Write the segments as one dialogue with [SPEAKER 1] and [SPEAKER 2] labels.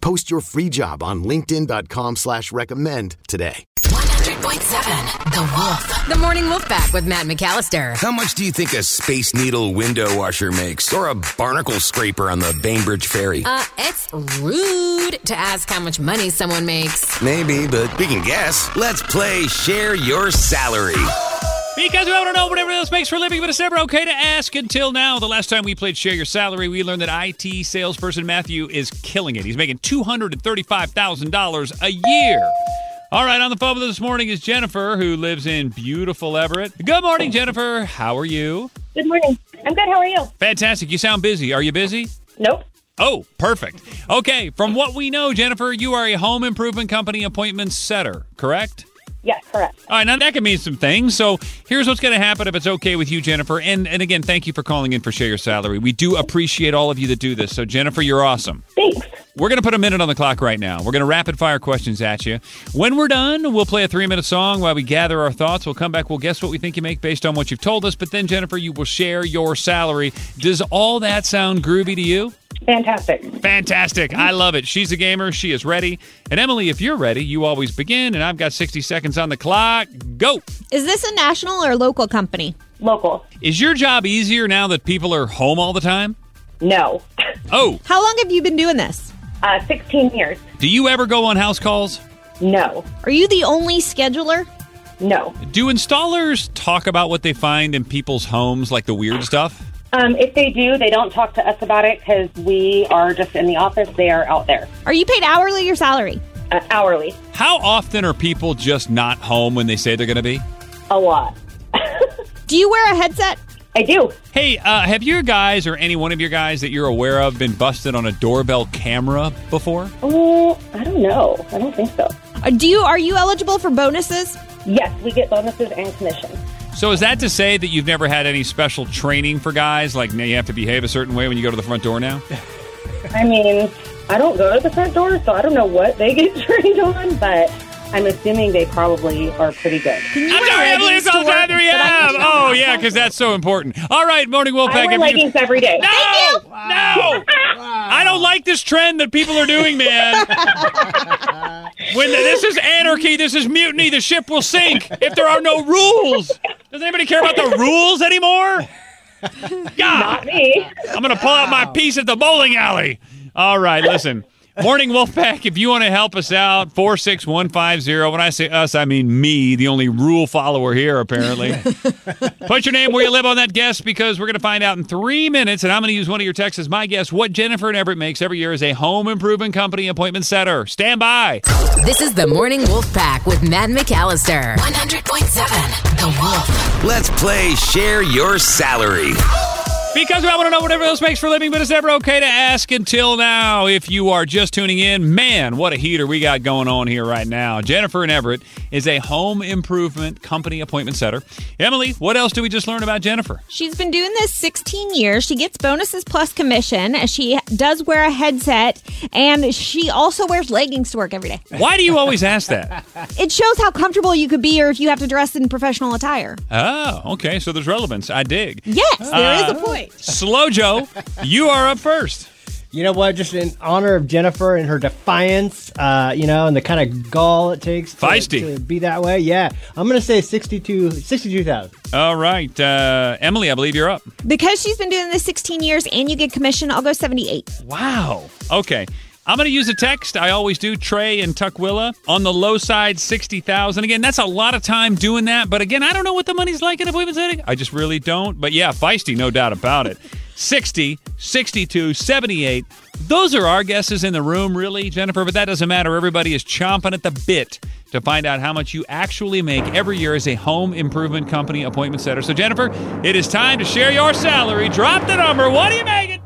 [SPEAKER 1] Post your free job on linkedin.com slash recommend today.
[SPEAKER 2] 100.7 The Wolf. The Morning Wolf Pack with Matt McAllister.
[SPEAKER 3] How much do you think a Space Needle window washer makes or a barnacle scraper on the Bainbridge Ferry?
[SPEAKER 2] Uh, it's rude to ask how much money someone makes.
[SPEAKER 3] Maybe, but we can guess. Let's play Share Your Salary.
[SPEAKER 4] Because we want to know what everyone else makes for a living, but it's never okay to ask until now. The last time we played Share Your Salary, we learned that IT salesperson Matthew is killing it. He's making $235,000 a year. All right, on the phone with us this morning is Jennifer, who lives in beautiful Everett. Good morning, Jennifer. How are you?
[SPEAKER 5] Good morning. I'm good. How are you?
[SPEAKER 4] Fantastic. You sound busy. Are you busy?
[SPEAKER 5] Nope.
[SPEAKER 4] Oh, perfect. Okay, from what we know, Jennifer, you are a home improvement company appointment setter, correct?
[SPEAKER 5] Yes, correct.
[SPEAKER 4] All right, now that can mean some things. So here's what's going to happen if it's okay with you, Jennifer. And and again, thank you for calling in for Share Your Salary. We do appreciate all of you that do this. So Jennifer, you're awesome.
[SPEAKER 5] Thanks.
[SPEAKER 4] We're going to put a minute on the clock right now. We're going to rapid fire questions at you. When we're done, we'll play a three minute song while we gather our thoughts. We'll come back. We'll guess what we think you make based on what you've told us. But then, Jennifer, you will share your salary. Does all that sound groovy to you?
[SPEAKER 5] Fantastic.
[SPEAKER 4] Fantastic. I love it. She's a gamer. She is ready. And Emily, if you're ready, you always begin. And I've got 60 seconds on the clock. Go.
[SPEAKER 6] Is this a national or local company?
[SPEAKER 5] Local.
[SPEAKER 4] Is your job easier now that people are home all the time?
[SPEAKER 5] No.
[SPEAKER 4] Oh,
[SPEAKER 6] How long have you been doing this?
[SPEAKER 5] Uh, 16 years.
[SPEAKER 4] do you ever go on house calls?
[SPEAKER 5] No.
[SPEAKER 6] Are you the only scheduler?
[SPEAKER 5] No.
[SPEAKER 4] Do installers talk about what they find in people's homes, like the weird stuff?
[SPEAKER 5] Um, if they do, they don't talk to us about it because we are just in the office. They are out there
[SPEAKER 6] Are you paid hourly or salary?
[SPEAKER 5] uh, hourly.
[SPEAKER 4] How often are people just not home when they say they're going to be?
[SPEAKER 5] A lot.
[SPEAKER 6] Do you wear a headset?
[SPEAKER 5] I do.
[SPEAKER 4] Hey, uh, have your guys or any one of your guys that you're aware of been busted on a doorbell camera before?
[SPEAKER 5] Oh, I don't know. I don't think so.
[SPEAKER 6] Uh, Do you are you eligible for bonuses?
[SPEAKER 5] Yes, we get bonuses and commission.
[SPEAKER 4] So is that to say that you've never had any special training for guys? Like now you have to behave a certain way when you go to the front door now?
[SPEAKER 5] I mean, I don't go to the front door, so I don't know what they get trained on, but I'm assuming they probably are pretty good.
[SPEAKER 6] Can you
[SPEAKER 4] I'm
[SPEAKER 6] wear
[SPEAKER 4] sorry, Emily,
[SPEAKER 6] leggings
[SPEAKER 4] it's all
[SPEAKER 6] to
[SPEAKER 4] the
[SPEAKER 6] work
[SPEAKER 4] time that
[SPEAKER 6] so
[SPEAKER 4] we
[SPEAKER 6] I can
[SPEAKER 4] have.
[SPEAKER 6] check
[SPEAKER 4] Oh
[SPEAKER 6] out?
[SPEAKER 4] yeah, because that's so important. All right, morning Wolfpack.
[SPEAKER 5] I wear
[SPEAKER 4] if you-
[SPEAKER 5] leggings every day.
[SPEAKER 4] No, no. I don't like this trend that people are doing, man. when the- this is anarchy, this is mutiny. The ship will sink if there are no rules. Does anybody care about the rules anymore? God,
[SPEAKER 5] Me.
[SPEAKER 4] I'm gonna pull out my piece at the bowling alley. All right, listen. Morning Wolfpack, if you want to help us out, 46150. When I say us, I mean me, the only rule follower here, apparently. Put your name where you live on that guess because we're going to find out in three minutes, and I'm going to use one of your texts as my guess. What Jennifer and Everett makes every year is a home improvement company appointment setter. Stand by.
[SPEAKER 2] This is the Morning Wolf Pack with Matt McAllister. 100.7 The Wolf.
[SPEAKER 3] Let's play Share Your Salary.
[SPEAKER 4] Because we want to know what everyone else makes for a living, but it's never okay to ask until now. If you are just tuning in, man, what a heater we got going on here right now. Jennifer and Everett is a home improvement company appointment setter. Emily, what else did we just learn about Jennifer?
[SPEAKER 6] She's been doing this 16 years. She gets bonuses plus commission. She does wear a headset, and she also wears leggings to work every day.
[SPEAKER 4] Why do you always ask that?
[SPEAKER 6] It shows how comfortable you could be, or if you have to dress in professional attire.
[SPEAKER 4] Oh, okay. So there's relevance. I dig.
[SPEAKER 6] Yes, there is a point.
[SPEAKER 4] Slow Joe, you are up first.
[SPEAKER 7] You know what? Just in honor of Jennifer and her defiance, uh, you know, and the kind of gall it takes to,
[SPEAKER 4] Feisty.
[SPEAKER 7] to be that way. Yeah, I'm gonna say 62 62,000.
[SPEAKER 4] All right. Uh, Emily, I believe you're up.
[SPEAKER 6] Because she's been doing this 16 years and you get commission, I'll go 78.
[SPEAKER 4] Wow. Okay. I'm going to use a text. I always do. Trey and Tuckwilla on the low side, 60,000. Again, that's a lot of time doing that. But again, I don't know what the money's like in a Women's City. I just really don't. But yeah, feisty, no doubt about it. 60, 62, 78. Those are our guesses in the room, really, Jennifer. But that doesn't matter. Everybody is chomping at the bit to find out how much you actually make every year as a home improvement company appointment setter. So, Jennifer, it is time to share your salary. Drop the number. What do you make it?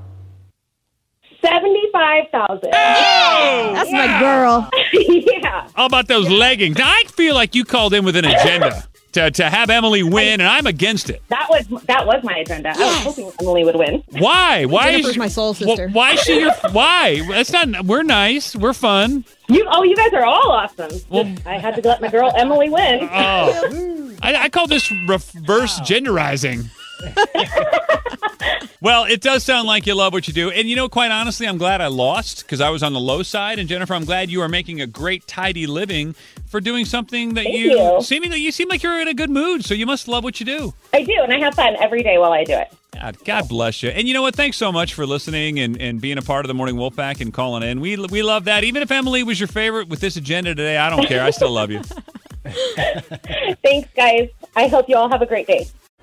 [SPEAKER 5] 75000
[SPEAKER 6] That's my girl.
[SPEAKER 5] yeah.
[SPEAKER 4] How about those leggings? Now, I feel like you called in with an agenda to, to have Emily win, and I'm against it.
[SPEAKER 5] That was that was my agenda. I was hoping Emily would win.
[SPEAKER 4] Why? Why
[SPEAKER 8] Jennifer's
[SPEAKER 4] is
[SPEAKER 8] my soul
[SPEAKER 4] Wh-
[SPEAKER 8] sister.
[SPEAKER 4] Why is she your? Why? That's not. We're nice. We're fun.
[SPEAKER 5] You oh, you guys are all awesome. I had to let my girl Emily win.
[SPEAKER 4] Oh, I, I call this reverse genderizing. well, it does sound like you love what you do. And you know, quite honestly, I'm glad I lost because I was on the low side. And Jennifer, I'm glad you are making a great, tidy living for doing something that
[SPEAKER 5] Thank
[SPEAKER 4] you,
[SPEAKER 5] you.
[SPEAKER 4] seemingly you seem like you're in a good mood. So you must love what you do.
[SPEAKER 5] I do, and I have fun every day while I do it.
[SPEAKER 4] God, God bless you. And you know what? Thanks so much for listening and, and being a part of the Morning Wolfpack and calling in. We we love that. Even if Emily was your favorite with this agenda today, I don't care. I still love you.
[SPEAKER 5] Thanks, guys. I hope you all have a great day.